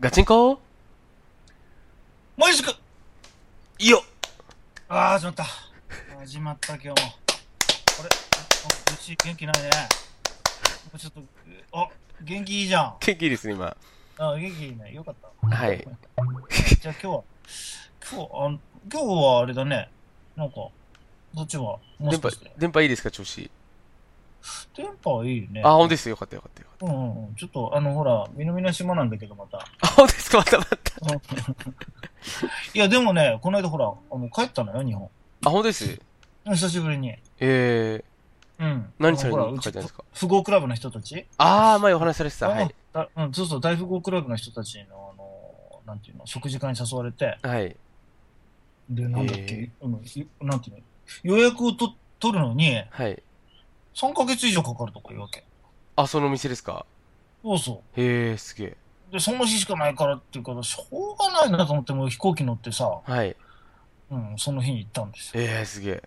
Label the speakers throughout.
Speaker 1: ガチンコ
Speaker 2: もじく
Speaker 1: いいよ
Speaker 2: ああ、始まった。始まった、今日も。これ、うち元気ないね。ちょっと、あ、元気いいじゃん。
Speaker 1: 元気いいですね、今。
Speaker 2: あ元気いいね。よかった。
Speaker 1: はい。
Speaker 2: じゃあ今日は、今日、あの今日はあれだね。なんか、どっちは、も
Speaker 1: 電
Speaker 2: し
Speaker 1: 波
Speaker 2: かして、。
Speaker 1: 電波いいですか、調子。
Speaker 2: 電波はいいよね。
Speaker 1: あ、ほんですよ。よかったよかったよか
Speaker 2: うんうんうん。ちょっと、あの、ほら、南の島なんだけど、また。
Speaker 1: った。あ、ほんですか、またまた。
Speaker 2: いや、でもね、この間ほら、あの帰ったのよ、日本。
Speaker 1: あ、ほんです。
Speaker 2: 久しぶりに。
Speaker 1: え
Speaker 2: うん。
Speaker 1: 何されに
Speaker 2: あのほら
Speaker 1: 帰ったんですか
Speaker 2: うち富豪クラブの人たち
Speaker 1: ー。あー、前お話しされてた。はい。
Speaker 2: あだうん、そうそう、大富豪クラブの人たちの、あの、なんていうの、食事会に誘われて、
Speaker 1: はい。
Speaker 2: で、なんだっ
Speaker 1: へ
Speaker 2: け、うん、いなんていうの、予約をと取るのに、
Speaker 1: はい。
Speaker 2: 3ヶ月以上かかるとかいうわけ。
Speaker 1: あ、そのお店ですか。
Speaker 2: そうそ
Speaker 1: へえー、すげえ。
Speaker 2: う。で、その日しかないからっていうから、しょうがないなと思って、もう飛行機乗ってさ、
Speaker 1: はい。
Speaker 2: うん、その日に行ったんですよ。
Speaker 1: えー、すげえ。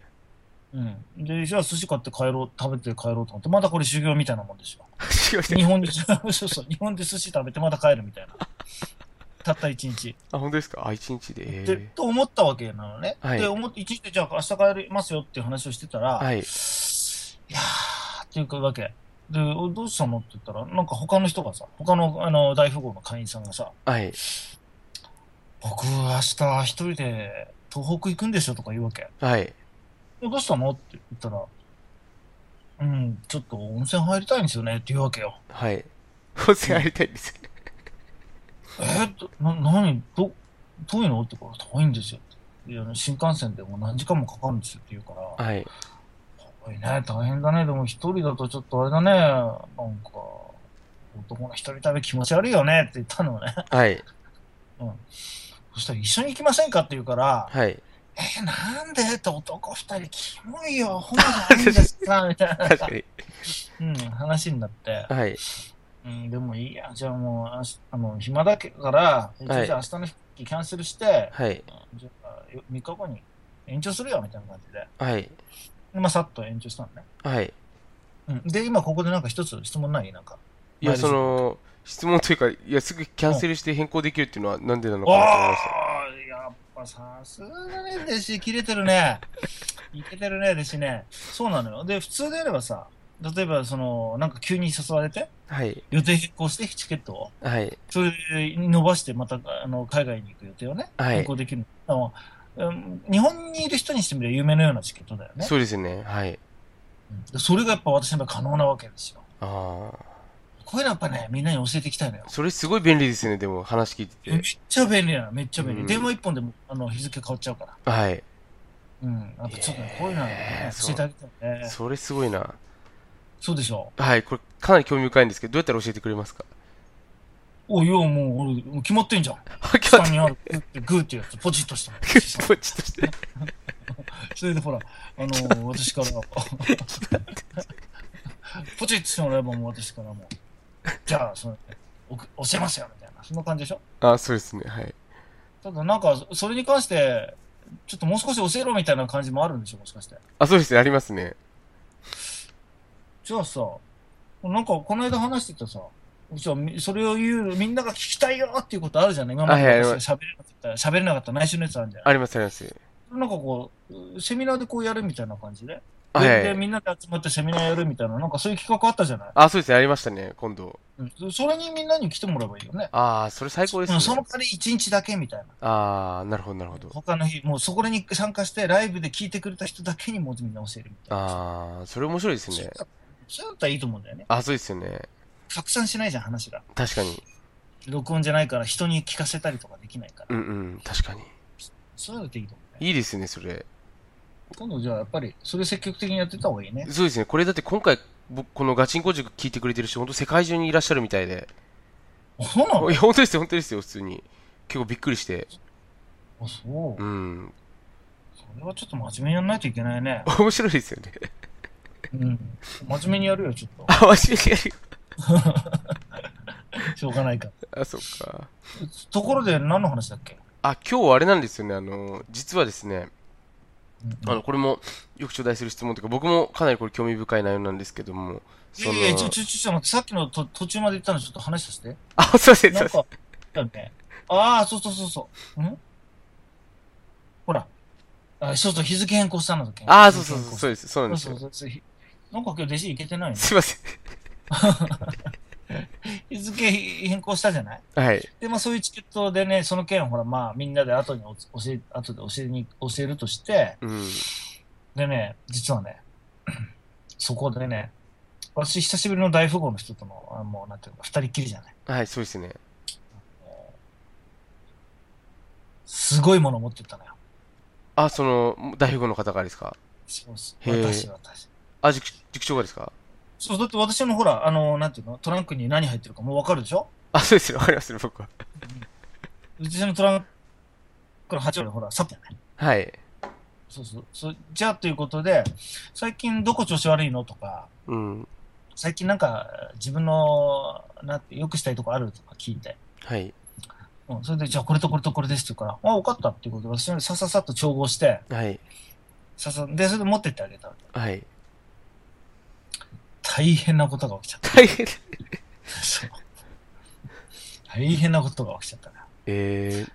Speaker 2: うん。で、じゃあ寿司買って帰ろう、食べて帰ろうと思って、まだこれ修行みたいなもんですよ。
Speaker 1: すごいね
Speaker 2: 日本で、 そうそう、日本で寿司食べてまだ帰るみたいな。たった一日。
Speaker 1: あ、ほんですか。あ、一日で。え
Speaker 2: で、
Speaker 1: ー。
Speaker 2: と思ったわけなのね。
Speaker 1: はい
Speaker 2: で、思って、一日でじゃあ明日帰りますよっていう話をしてたら、、
Speaker 1: はいい。
Speaker 2: やーっていうわけ。で、おどうしたのって言ったら、なんか他の人がさ、他のあの大富豪の会員さんがさ、
Speaker 1: はい。
Speaker 2: 僕明日一人で東北行くんですよとか言うわけ。
Speaker 1: はい。
Speaker 2: でどうしたのって言ったら、うん、ちょっと温泉入りたいんですよねって言うわけよ。
Speaker 1: はい。温泉入りたいんですよ。
Speaker 2: えー、どな、何ど、遠いのって言うから、遠いんですよって。いや、新幹線でもう何時間もかかるんですよって言うから、
Speaker 1: はい。
Speaker 2: いね、大変だね。でも一人だとちょっとあれだね。なんか、男の一人旅気持ち悪いよねって言ったのね。
Speaker 1: はい。
Speaker 2: そしたら一緒に行きませんかって言うから、
Speaker 1: はい。
Speaker 2: えー、なんでって男二人キモいよ。ほんじゃないんですかみたいな、
Speaker 1: 確かに。
Speaker 2: うん、話になって。
Speaker 1: はい。
Speaker 2: うん、でもいいや。じゃあもう、あしあの暇だけから、一応じゃあ明日の飛行機キャンセルして、
Speaker 1: はい。
Speaker 2: うんじゃあ3日後に延長するよ、みたいな感じで。
Speaker 1: はい。
Speaker 2: でまあ、さっと延長したのね。
Speaker 1: はい。
Speaker 2: うん、で、今ここでなんか一つ質問ないなんか。
Speaker 1: いや、
Speaker 2: 前田
Speaker 1: そ
Speaker 2: さん
Speaker 1: の、質問というか、いや、すぐキャンセルして変更できるっていうのはなんでなのかなと思い
Speaker 2: あ
Speaker 1: ました。
Speaker 2: あー、やっぱさすがに弟子切れて るね。いけてるね、弟子ね。そうなのよ。で、普通であればさ、例えばその、なんか急に誘われて、
Speaker 1: はい。
Speaker 2: 予定変更してチケットを、
Speaker 1: はい。
Speaker 2: それ伸ばしてまたあの海外に行く予定をね、
Speaker 1: はい
Speaker 2: 変更できる。あのうん日本にいる人にしてみれば有名のようなチケットだよね。
Speaker 1: そうですね。はい。
Speaker 2: うんでそれがやっぱ私の場合可能なわけですよ。
Speaker 1: あ
Speaker 2: こういうのやっぱね、みんなに教えていきたいのよ
Speaker 1: あ。。それすごい便利ですね、でも、話聞いて。
Speaker 2: めってちゃ便利なの、めっちゃ便利。
Speaker 1: うん
Speaker 2: 電話一本でもあの日付変わっちゃうから。
Speaker 1: はい。
Speaker 2: うん、やっぱちょっとね
Speaker 1: えー
Speaker 2: こういうのはね、
Speaker 1: そう
Speaker 2: 教えてあげたいね。
Speaker 1: それすごいな。
Speaker 2: そうでしょ。
Speaker 1: はい。これ、かなり興味深いんですけど、どうやったら教えてくれますか
Speaker 2: おいよ、もう、俺、もう決まってんじゃん。
Speaker 1: はき
Speaker 2: 下にある、グーって、グーってやつ、ポチッ としたの。
Speaker 1: ポチッとして。
Speaker 2: それでほら、あのー、私から、 ポチッとしてもらえば、もう私からもう、じゃあ、その、おく教えますよ、みたいな、そんな感じでしょ。
Speaker 1: ああ、そうですね。はい。
Speaker 2: ただ、なんか、それに関して、ちょっともう少し教えろみたいな感じもあるんでしょ、もしかして。
Speaker 1: あ、そうですね。ありますね。
Speaker 2: じゃあさ、なんかこの間話してたさ、じゃあみそれを言う、みんなが聞きたいよっていうことあるじゃない今まで
Speaker 1: はいはい
Speaker 2: 私が喋れなかった、喋れなかった内緒のやつあるんじゃな
Speaker 1: あります、あります。
Speaker 2: いなんかこう、セミナーでこうやるみたいな感じで。
Speaker 1: は
Speaker 2: でで
Speaker 1: い。
Speaker 2: みんなで集まってセミナーやるみたいな、なんかそういう企画あったじゃない、
Speaker 1: あ、そうですね。ありましたね、今度。
Speaker 2: うん、それにみんなに来てもらえばいいよね。
Speaker 1: ああ、それ最高です
Speaker 2: うんそ
Speaker 1: ね
Speaker 2: の。代わり1日だけみたいな。
Speaker 1: ああ、なるほど、なるほど。
Speaker 2: 他の日、もうそこに参加して、ライブで聞いてくれた人だけにもうみんな教えるみたいな。
Speaker 1: ああ、それ面白いです
Speaker 2: そう
Speaker 1: ね
Speaker 2: だ。そうだったらいいと思うんだよね。
Speaker 1: あ、そうですよね。
Speaker 2: 拡散しないじゃん、話が。
Speaker 1: 確かに。
Speaker 2: 録音じゃないから人に聞かせたりとかできないから。
Speaker 1: うんうん、確かに。
Speaker 2: そういうのっていいと思うね。
Speaker 1: いいですね、それ。
Speaker 2: 今度じゃあやっぱり、それ積極的にやってた方がいいね。
Speaker 1: そうですね、これだって今回、僕、このガチンコ塾聞いてくれてる人、本当世界中にいらっしゃるみたいで。
Speaker 2: そうなの
Speaker 1: いや、本当ですよ、本当ですよ、普通に。結構びっくりして。
Speaker 2: あそう。
Speaker 1: うん。
Speaker 2: それはちょっと真面目にやらないといけないね。
Speaker 1: 面白いですよね。
Speaker 2: うん。真面目にやるよ、ちょっ
Speaker 1: あ、真面目にやるよ
Speaker 2: と。しょうがないから。
Speaker 1: あ、そっか。
Speaker 2: ところで何の話だっけ
Speaker 1: あ、今日はあれなんですよね、あの、実はですね、
Speaker 2: うん
Speaker 1: あの、これもよく頂戴する質問というか、僕もかなりこれ興味深い内容なんですけども、
Speaker 2: い
Speaker 1: そ
Speaker 2: や
Speaker 1: の
Speaker 2: いや、ちょ、ちょ、ちょ、ちょ、待ってさっきのと途中まで言ったのちょっと話させて。
Speaker 1: あ、そうです、
Speaker 2: な
Speaker 1: そうんです。
Speaker 2: か、だよね。ああ、そうそうそうそう。んほら。あ、そうそう、日付変更したのだっけ
Speaker 1: ああ、そうそう
Speaker 2: 日
Speaker 1: そ
Speaker 2: 付
Speaker 1: う、
Speaker 2: 変更
Speaker 1: そうです。そうなんです
Speaker 2: そう
Speaker 1: よ。
Speaker 2: そうそうひなんか今日弟子行けてないね。
Speaker 1: すいませ
Speaker 2: 日付変更したじゃない
Speaker 1: ん。はい。
Speaker 2: で、まあそういうチケットでね、その件をほら、まあみんなで後におつ教え、後で教えに、教えるとして、
Speaker 1: うん。
Speaker 2: でね、実はね、 そこでね、私久しぶりの大富豪の人との、あもうなんていうか、二人っきりじゃない。
Speaker 1: はい、そうですね。
Speaker 2: すごいもの持ってったのよ。
Speaker 1: あ、その、大富豪の方がですか
Speaker 2: そうそう
Speaker 1: へえ
Speaker 2: 私、私。
Speaker 1: あ、塾塾長がですか
Speaker 2: そう、だって私のほら、あの、なんていうの、トランクに何入ってるかもうわかるでしょ
Speaker 1: あ、そうですよ。わかりますよ、僕は。
Speaker 2: うちのトランクの8割ほら、サプリね。
Speaker 1: はい。
Speaker 2: そうそう。そうじゃあということで、最近どこ調子悪いのとか、
Speaker 1: うん。
Speaker 2: 最近なんか自分の、なんて、よくしたいとこあるとか聞いて。
Speaker 1: はい。
Speaker 2: うん、それで、じゃあこれとこれとこれですって言うから、あ、分かったっていうことで、私にさささっと調合して、
Speaker 1: はい。
Speaker 2: ささ、で、それで持ってってあげたわけ。
Speaker 1: はい。
Speaker 2: 大変なことが起きちゃっ
Speaker 1: 大変。
Speaker 2: た。そう大変なことが起きちゃったね。
Speaker 1: え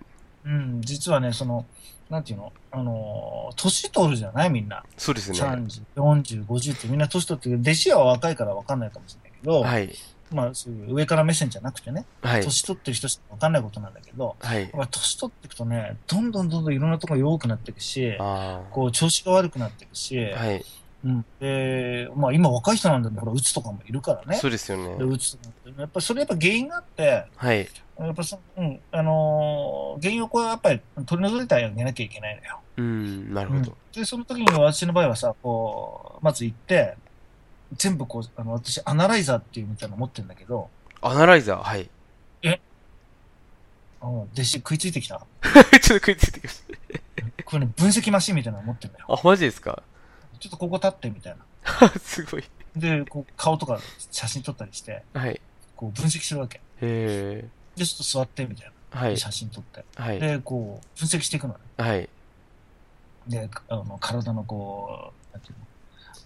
Speaker 1: ー、
Speaker 2: うん、実はね、その、なんていうのあのー、年取るじゃないみんな。
Speaker 1: そうですね。は
Speaker 2: 30、40、50ってみんな年取ってる弟子は若いから分かんないかもしれないけど、
Speaker 1: い。
Speaker 2: まあ、そういう上から目線じゃなくてね、
Speaker 1: はい。
Speaker 2: 年取ってる人しか分かんないことなんだけど、
Speaker 1: はい。
Speaker 2: やっぱ年取っていくとね、どんどんどんどんいろんなところ弱くなっていくし、
Speaker 1: あ
Speaker 2: こう、調子が悪くなっていくし、
Speaker 1: あ。はい。
Speaker 2: うん。で、まあ今若い人なんで、ほら、うつとかもいるからね。
Speaker 1: そうですよ
Speaker 2: で
Speaker 1: ね。
Speaker 2: うつとかもやっぱりそれやっぱ原因があって、
Speaker 1: はい。
Speaker 2: やっぱその、うん、あのー原因をこうやっぱり取り除いてあげなきゃいけないのよ。
Speaker 1: うん、なるほど。
Speaker 2: で、その時に私の場合はさ、こう、まず行って、全部こう、あの、私、アナライザーっていうみたいなの持ってるんだけど、
Speaker 1: アナライザー、 はい。
Speaker 2: あの弟子食いついてきた。
Speaker 1: ちょっと食いついてきまし
Speaker 2: これね、分析マシンみたいなの持ってるんだよ。
Speaker 1: た。あ、マジですか
Speaker 2: ちょっとここ立ってみたいな。
Speaker 1: すごい。
Speaker 2: で、こう、顔とか写真撮ったりして、
Speaker 1: はい。
Speaker 2: こう、分析するわけ。
Speaker 1: え
Speaker 2: で、ちょっと座ってみたい
Speaker 1: ー、は
Speaker 2: な。
Speaker 1: い。
Speaker 2: 写真撮って。
Speaker 1: はい。
Speaker 2: で、こう、分析していくのね。
Speaker 1: はい。
Speaker 2: で、あの、体のこう、なんていうの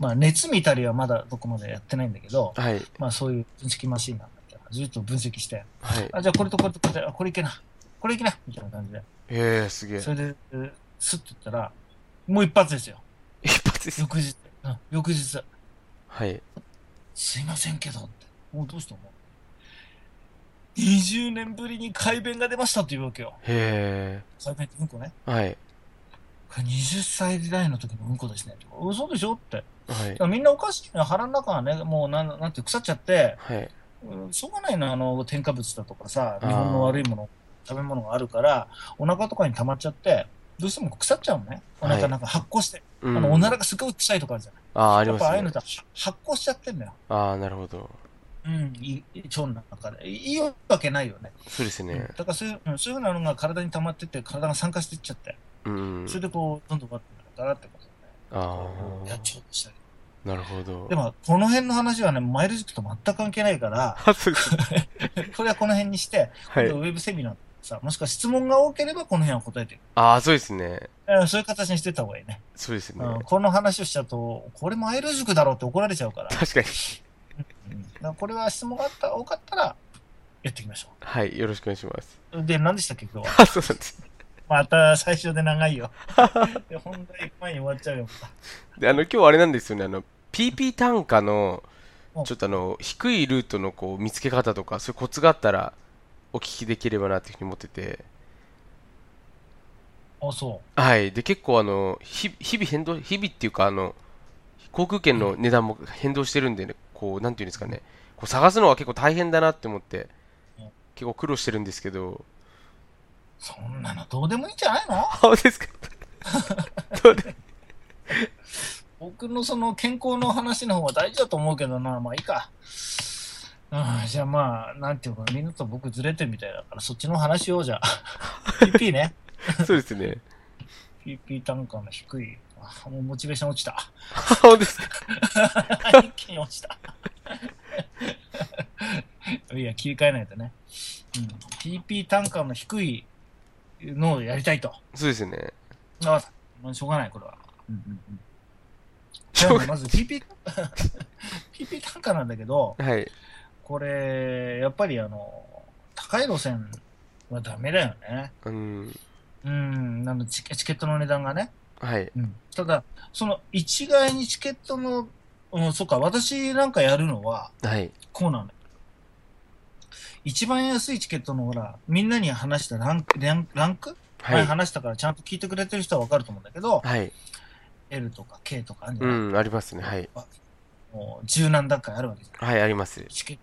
Speaker 2: まあ、熱見たりはまだどこまでやってないんだけど、
Speaker 1: はい。
Speaker 2: まあ、そういう分析マシンなんだけど、ずっと分析して、
Speaker 1: はい。
Speaker 2: あ、じゃあこれとこれとこれで、あ、これいけな、これいけな、みたいな感じで。
Speaker 1: えー、すげえ。
Speaker 2: それで、えースッと言ったら、もう一発ですよ。
Speaker 1: 一発です。
Speaker 2: 翌日。うん、翌日。
Speaker 1: はい。
Speaker 2: すいませんけど、って。もうどうしたの ?20 年ぶりに改弁が出ましたって言うわけよ。
Speaker 1: へ
Speaker 2: 改弁ってうんこね。
Speaker 1: ー。はい。
Speaker 2: これ20歳時代の時のうんこですね。嘘でしょって。
Speaker 1: はい。
Speaker 2: みんなおかしいのよ腹の中はね、もうなんなんて腐っちゃって、
Speaker 1: はい。
Speaker 2: うんしょうがないのよあの、添加物だとかさ、
Speaker 1: あー
Speaker 2: 日本の悪いもの、食べ物があるから、お腹とかに溜まっちゃって、どうしても腐っちゃうのね。お
Speaker 1: はい
Speaker 2: 腹なんか発酵して、
Speaker 1: うん
Speaker 2: あのおならがすごい臭いとかあるじゃない。
Speaker 1: ああ、あり
Speaker 2: やっ
Speaker 1: ま
Speaker 2: ぱああい
Speaker 1: す
Speaker 2: うの
Speaker 1: ね
Speaker 2: っ。ては発酵しちゃってんのよ。
Speaker 1: ああ、なるほど。
Speaker 2: うん、いい腸の中で。いいわけないよね。
Speaker 1: そうです
Speaker 2: うん
Speaker 1: ね。
Speaker 2: だからそういう、うんそういうのが体に溜まってって、体が酸化していっちゃって、
Speaker 1: うん
Speaker 2: そ。れでこう、どんどん悪くなるからってこと
Speaker 1: あ
Speaker 2: で、やっちゃうとしたり。
Speaker 1: あ、なるほど
Speaker 2: で。も、この辺の話はね、マイル塾と全く関係ないから、
Speaker 1: あ、そうです。
Speaker 2: これはこの辺にして、
Speaker 1: は
Speaker 2: ウ
Speaker 1: い。
Speaker 2: ェブセミナーさ、もしくは質問が多ければこの辺は答えてる。
Speaker 1: ああ、そうですね。
Speaker 2: えーそういう形にしてった方がいいね。
Speaker 1: そうですね
Speaker 2: う。ん、この話をしちゃうと、これマイル塾だろうって怒られちゃうから。
Speaker 1: 確かに。
Speaker 2: うんだからこれは質問があった多かったら、やっていきましょ
Speaker 1: はい。よろしくお願いします。
Speaker 2: う。で、何でしたっけ、今日は。
Speaker 1: あそうなんです。
Speaker 2: また最初で長 いよ。で本題いっぱいに終わっちゃうよ。
Speaker 1: で、あの、今日あれなんですよね。あの、PP 単価の
Speaker 2: うん、
Speaker 1: ちょっとあの、低いルートのこう、見つけ方とか、そういうコツがあったら、お聞きできればなっていうふうに思ってて。
Speaker 2: あ、そ
Speaker 1: はい。で、結構あの、ひ日々変動、日々っていうか、あの、航空券の値段も変動してるんでね、こう、なんていうんですかね、こう探すのは結構大変だなって思って
Speaker 2: うん、
Speaker 1: 結構苦労してるんですけど、
Speaker 2: う。そんなのどうでもいいんじゃないの
Speaker 1: あ、そうですかどうで
Speaker 2: 僕のその健康の話の方が大事だと思うけどな、まあいいか。うん、じゃあまあ、なんていうか、みんなと僕ずれてるみたいだから、そっちの話をじゃ あ。PP ね。
Speaker 1: そうですね。
Speaker 2: PP 単価の低い。あもうモチベーション落ちた。
Speaker 1: あ、そうですか
Speaker 2: 一気に落ちた。 いや、切り替えないとね。うん、PP 単価の低いのをやりたいと。
Speaker 1: そうですね。
Speaker 2: ああ、まあしょうがない、これは。うんうんうん。
Speaker 1: しょうが
Speaker 2: まず PP、PP 単価なんだけど、
Speaker 1: はい。
Speaker 2: これ、やっぱりあの、高い路線はダメだよね。
Speaker 1: うん。
Speaker 2: うん、あのチケチケットの値段がね。
Speaker 1: はい。
Speaker 2: うん、ただ、その一概にチケットの、うん、そうか、私なんかやるのは、
Speaker 1: はい。
Speaker 2: こうなのよ。一番安いチケットのほら、みんなに話したランク、ランランク、
Speaker 1: は
Speaker 2: 前
Speaker 1: い。
Speaker 2: 話したからちゃんと聞いてくれてる人はわかると思うんだけど、
Speaker 1: はい。
Speaker 2: L とか K とかあるじゃ
Speaker 1: う
Speaker 2: ない、
Speaker 1: ん、ありますね。はい。
Speaker 2: もう十何段階あるわけです
Speaker 1: はい、あります。
Speaker 2: チケ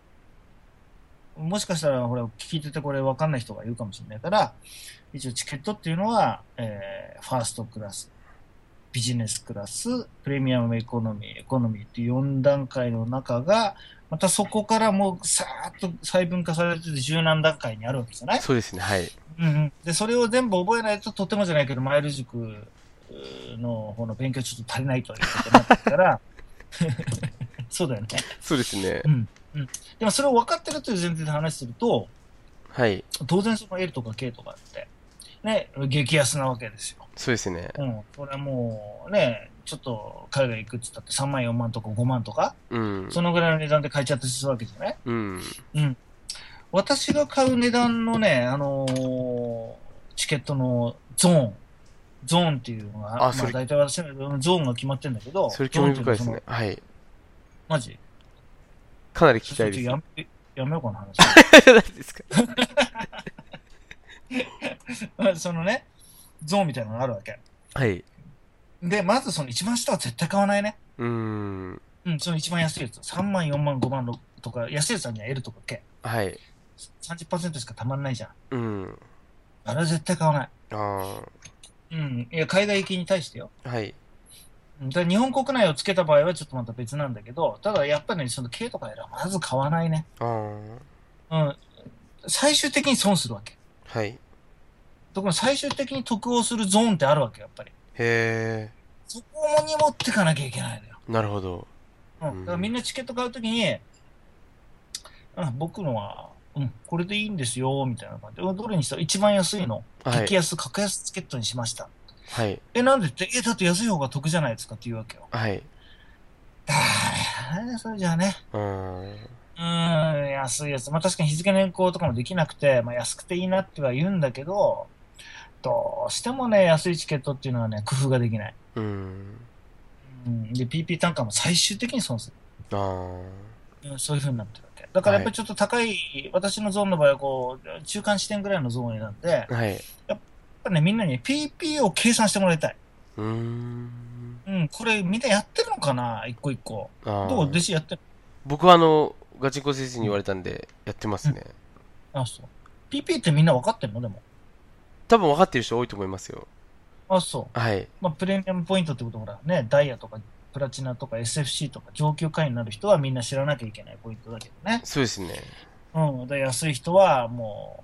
Speaker 2: もしかしたら、ほら、聞いててこれ分かんない人がいるかもしれないから、一応チケットっていうのは、えーファーストクラス、ビジネスクラス、プレミアムエコノミー、エコノミーっていう4段階の中が、またそこからもうさーっと細分化されてて十何段階にあるわけじゃない
Speaker 1: そうですね。はい。
Speaker 2: うんうん、で、それを全部覚えないと、とてもじゃないけど、マイル塾うーの方の勉強ちょっと足りないということになってく から、そうだよね。
Speaker 1: そうですね。
Speaker 2: でもそれを分かってるという前提で話すると、
Speaker 1: はい。
Speaker 2: 当然その L とか K とかって、ね、激安なわけですよ。
Speaker 1: そうですね。
Speaker 2: うん。これはもう、ね、ちょっと海外行くって言ったって3万4万とか5万とか、
Speaker 1: うん。
Speaker 2: そのぐらいの値段で買えちゃったりするわけじゃない
Speaker 1: うん。
Speaker 2: 私が買う値段のね、あのーチケットのゾーン、ゾーンっていうのが、まあ
Speaker 1: それ
Speaker 2: 大体私のゾーンが決まってるんだけど、
Speaker 1: それ興味深いです
Speaker 2: ゾーンって
Speaker 1: ね。はい。
Speaker 2: うのはその。マジ
Speaker 1: かなり聞き
Speaker 2: ち
Speaker 1: た
Speaker 2: ょ
Speaker 1: い
Speaker 2: っ
Speaker 1: です。
Speaker 2: と やめやめようかな話。
Speaker 1: 何ですか
Speaker 2: そのね、ゾーンみたいなのがあるわけ。
Speaker 1: はい。
Speaker 2: で、まずその一番下は絶対買わないね。
Speaker 1: うーん。
Speaker 2: うん、その一番安いやつ。3万、4万、5万のとか、安いやつには L とか K。
Speaker 1: はい。
Speaker 2: 30%しかたまんないじゃん。
Speaker 1: うん。
Speaker 2: あれは絶対買わない。
Speaker 1: あ
Speaker 2: うん。いや、海外行きに対してよ。
Speaker 1: あ。はい。
Speaker 2: うんだから日本国内をつけた場合はちょっとまた別なんだけど、ただやっぱりね、その K とか L はまず買わないね。
Speaker 1: ああ。
Speaker 2: うん。最終的に損するわけ。
Speaker 1: はい。へ
Speaker 2: ところが最終的に得をするゾーンってあるわけ、やっぱり。
Speaker 1: え。
Speaker 2: そこに持ってかなきゃいけないのよ。
Speaker 1: なるほど。
Speaker 2: うん、だからみんなチケット買うときに、うん、僕のは、うん、これでいいんですよ、みたいな感じで、うんどれにした一番安いの、
Speaker 1: はい
Speaker 2: 激。安、格安チケットにしました。
Speaker 1: はい。
Speaker 2: え、なんでって、え、だって安い方が得じゃないですかって言うわけよ。
Speaker 1: はい。
Speaker 2: だーそれじゃあね、
Speaker 1: うーん。
Speaker 2: うーん、安いやつ。まあ確かに日付の変更とかもできなくて、まあ安くていいなっては言うんだけど、どうしてもね、安いチケットっていうのはね、工夫ができない。
Speaker 1: うーん。
Speaker 2: うん、で、PP 単価も最終的に損する。
Speaker 1: ああ。
Speaker 2: うんそういう風になってるわけ。だからやっぱりちょっと高い、私のゾーンの場合はこう、中間地点ぐらいのゾーンを選んで、やっ
Speaker 1: はい。
Speaker 2: ぱね、みんなに PP を計算してもらいたい。
Speaker 1: うーん。
Speaker 2: うん、これみんなやってるのかな一個一個。
Speaker 1: あ
Speaker 2: ど
Speaker 1: あ
Speaker 2: う弟。子やってる
Speaker 1: 僕はあの、ガチンコ先生に言われたんで、やってますね。
Speaker 2: あ、そう。PP ってみんな分かってんのでも。
Speaker 1: 多分分かってる人多いと思いますよ。
Speaker 2: あ、そう。
Speaker 1: はい。
Speaker 2: まあ、プレミアムポイントってことほら、ね、ダイヤとか、プラチナとか SFC とか上級会員になる人はみんな知らなきゃいけないポイントだけどね。
Speaker 1: そうですね。
Speaker 2: うん。で、安い人はもう、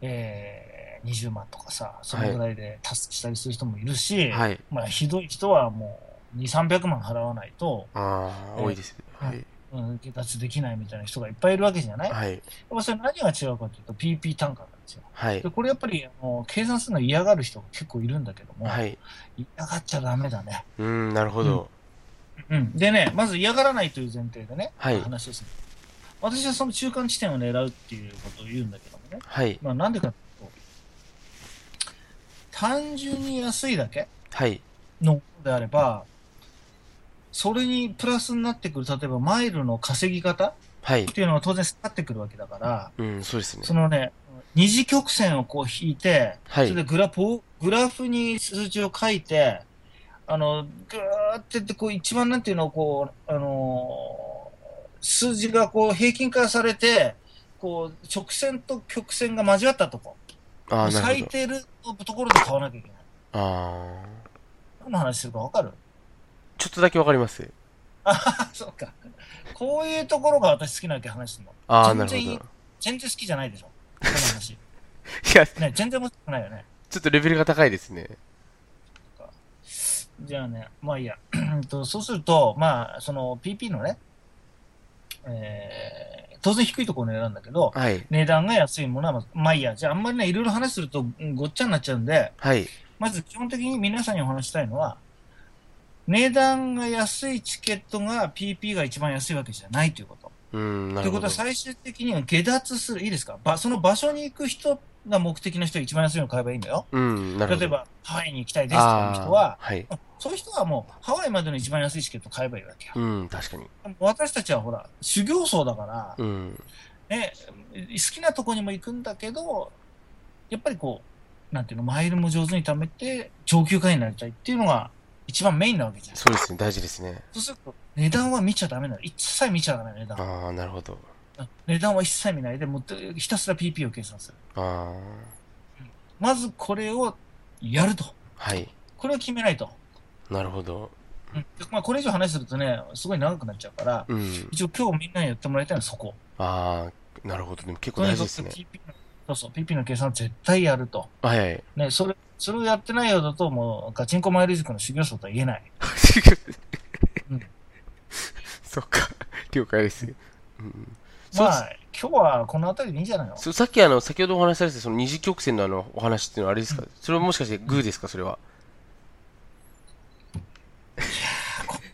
Speaker 2: えー、20万とかさ、そのぐらいで達成したりする人もいるし、
Speaker 1: はい。
Speaker 2: まあ、ひどい人はもう、2、300万払わないと、
Speaker 1: ああ、
Speaker 2: えー
Speaker 1: 多いです。はい。
Speaker 2: うん、下脱できないみたいな人がいっぱいいるわけじゃない、やっ
Speaker 1: はい。
Speaker 2: ぱそれ何が違うかというと、PP 単価なんですよ。
Speaker 1: はい
Speaker 2: で、。これやっぱり、あの、計算するの嫌がる人が結構いるんだけども、
Speaker 1: はい。
Speaker 2: 嫌がっちゃダメだね。
Speaker 1: うーん、なるほど。
Speaker 2: うん。でね、まず嫌がらないという前提でね、
Speaker 1: はい
Speaker 2: 話をする。私はその中間地点を狙うっていうことを言うんだけどもね、
Speaker 1: はい。
Speaker 2: まあなんでかというと、単純に安いだけ
Speaker 1: はい。
Speaker 2: のであれば、それにプラスになってくる、例えばマイルの稼ぎ方
Speaker 1: はい
Speaker 2: っ。ていうのは当然下がってくるわけだから、
Speaker 1: うん、そうですね。
Speaker 2: そのね、二次曲線をこう引いて、
Speaker 1: は
Speaker 2: そ
Speaker 1: い
Speaker 2: れで。グラフを、グラフに数字を書いて、あの、ぐーってって、こう一番なんていうの、こう、あのー数字がこう平均化されて、こう直線と曲線が交わったとこ、
Speaker 1: ああ、なる
Speaker 2: 最
Speaker 1: ほど。
Speaker 2: 低のところで買わなきゃいけない。
Speaker 1: ああ。
Speaker 2: 何の話するかわかる
Speaker 1: ちょっとだけわかります。
Speaker 2: あ、 そうか。こういうところが私好きなわけ話すの。
Speaker 1: ああ、なるほど。
Speaker 2: 全
Speaker 1: い
Speaker 2: 然全然好きじゃないでしょ。この話。
Speaker 1: や、
Speaker 2: ね、全然面白くないよね。
Speaker 1: ちょっとレベルが高いですね。
Speaker 2: じゃあね、まあいいや。 うんとそうすると、まあ、その PP のね、えー、当然低いところを狙うんだけど、
Speaker 1: はい。
Speaker 2: 値段が安いものはまず、まあいいや。じゃああんまりね、いろいろ話するとうんごっちゃになっちゃうんで、
Speaker 1: はい。
Speaker 2: まず基本的に皆さんにお話したいのは、値段が安いチケットが PP が一番安いわけじゃないということ。
Speaker 1: うん、な
Speaker 2: とい
Speaker 1: る
Speaker 2: う
Speaker 1: ほ
Speaker 2: こと
Speaker 1: ど
Speaker 2: は。最終的には下脱する、いいですかばその場所に行く人が目的の人が一番安いの買えばいいんだよ。
Speaker 1: うん、なるほど。
Speaker 2: 例えば、ハワイに行きたいですっていう
Speaker 1: あー、
Speaker 2: 人は、
Speaker 1: はい。
Speaker 2: そういう人はもうハワイまでの一番安いチケット買えばいいわけよ。
Speaker 1: うん、確かに。
Speaker 2: 私たちはほら、修行僧だから、
Speaker 1: うん、
Speaker 2: ね、好きなとこにも行くんだけど、やっぱりこう、なんていうの、マイルも上手に貯めて、上級会員になりたいっていうのが一番メインなわけじゃん。
Speaker 1: そうですね、大事ですね。
Speaker 2: そうすると、値段は見ちゃダメなの。一切見ちゃダメな値段。
Speaker 1: ああ、なるほど。
Speaker 2: 値段は一切見ないで、もうひたすら PP を計算する。
Speaker 1: あ
Speaker 2: まずこれをやると。
Speaker 1: あ、はい。
Speaker 2: これを決めないと。
Speaker 1: なるほど。
Speaker 2: うんまあ、これ以上話するとね、すごい長くなっちゃうから、
Speaker 1: うん。
Speaker 2: 一応今日みんなにやってもらいたいのはそこ。
Speaker 1: ああ、なるほど。でも結
Speaker 2: と
Speaker 1: 構
Speaker 2: に
Speaker 1: 大
Speaker 2: か
Speaker 1: 事
Speaker 2: く
Speaker 1: ですね。
Speaker 2: PP の、そうそう、PP の計算は絶対やると。
Speaker 1: はい はい。
Speaker 2: ね、それ、それをやってないようだと、もう、ガチンコマイル塾の修行僧とは言えない。うん
Speaker 1: そっか、了解です。うん、そう
Speaker 2: まあ、今日はこの辺りでいいんじゃないの
Speaker 1: そうさっきあの、先ほどお話しされてたその二次曲線のあの、お話っていうのはあれですか、それはもしかしてグーですかそれは。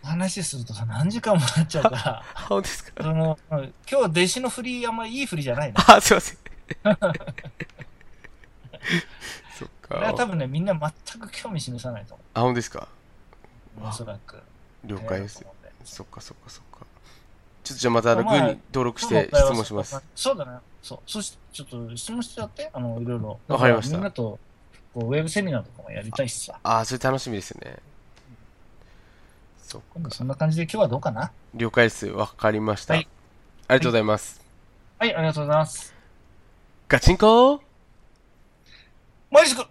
Speaker 2: 話するとさ、何時間もなっちゃうから、
Speaker 1: 本当ですか
Speaker 2: その、うん今日は弟子の振り、あんまりいい振りじゃないね。
Speaker 1: あ、すいません。 そっ
Speaker 2: これは多
Speaker 1: か。
Speaker 2: 分ね、みんな全く興味示さないと思
Speaker 1: あ、本当ですか
Speaker 2: う。おそらく。
Speaker 1: 了解です。
Speaker 2: えー。
Speaker 1: そっかそっかそっか。ちょっとじゃあまたあの、グ
Speaker 2: まあ
Speaker 1: ーに登録し
Speaker 2: 今日
Speaker 1: て
Speaker 2: の会話
Speaker 1: 質
Speaker 2: は
Speaker 1: 問します。。
Speaker 2: そうだね。そう。そして、ちょっと質問してやって、あの、いろいろ。
Speaker 1: わかりました
Speaker 2: みんなと、こうウェブセミナーとかもやりたいしさ。
Speaker 1: ああ、それ楽しみですね。そっ
Speaker 2: 今度
Speaker 1: か。
Speaker 2: そんな感じで今日はどうかな
Speaker 1: 了解です。わかりました。
Speaker 2: はい
Speaker 1: ありがとうございます。
Speaker 2: はい、ありがとうございます。
Speaker 1: ガチンコ
Speaker 2: マイル塾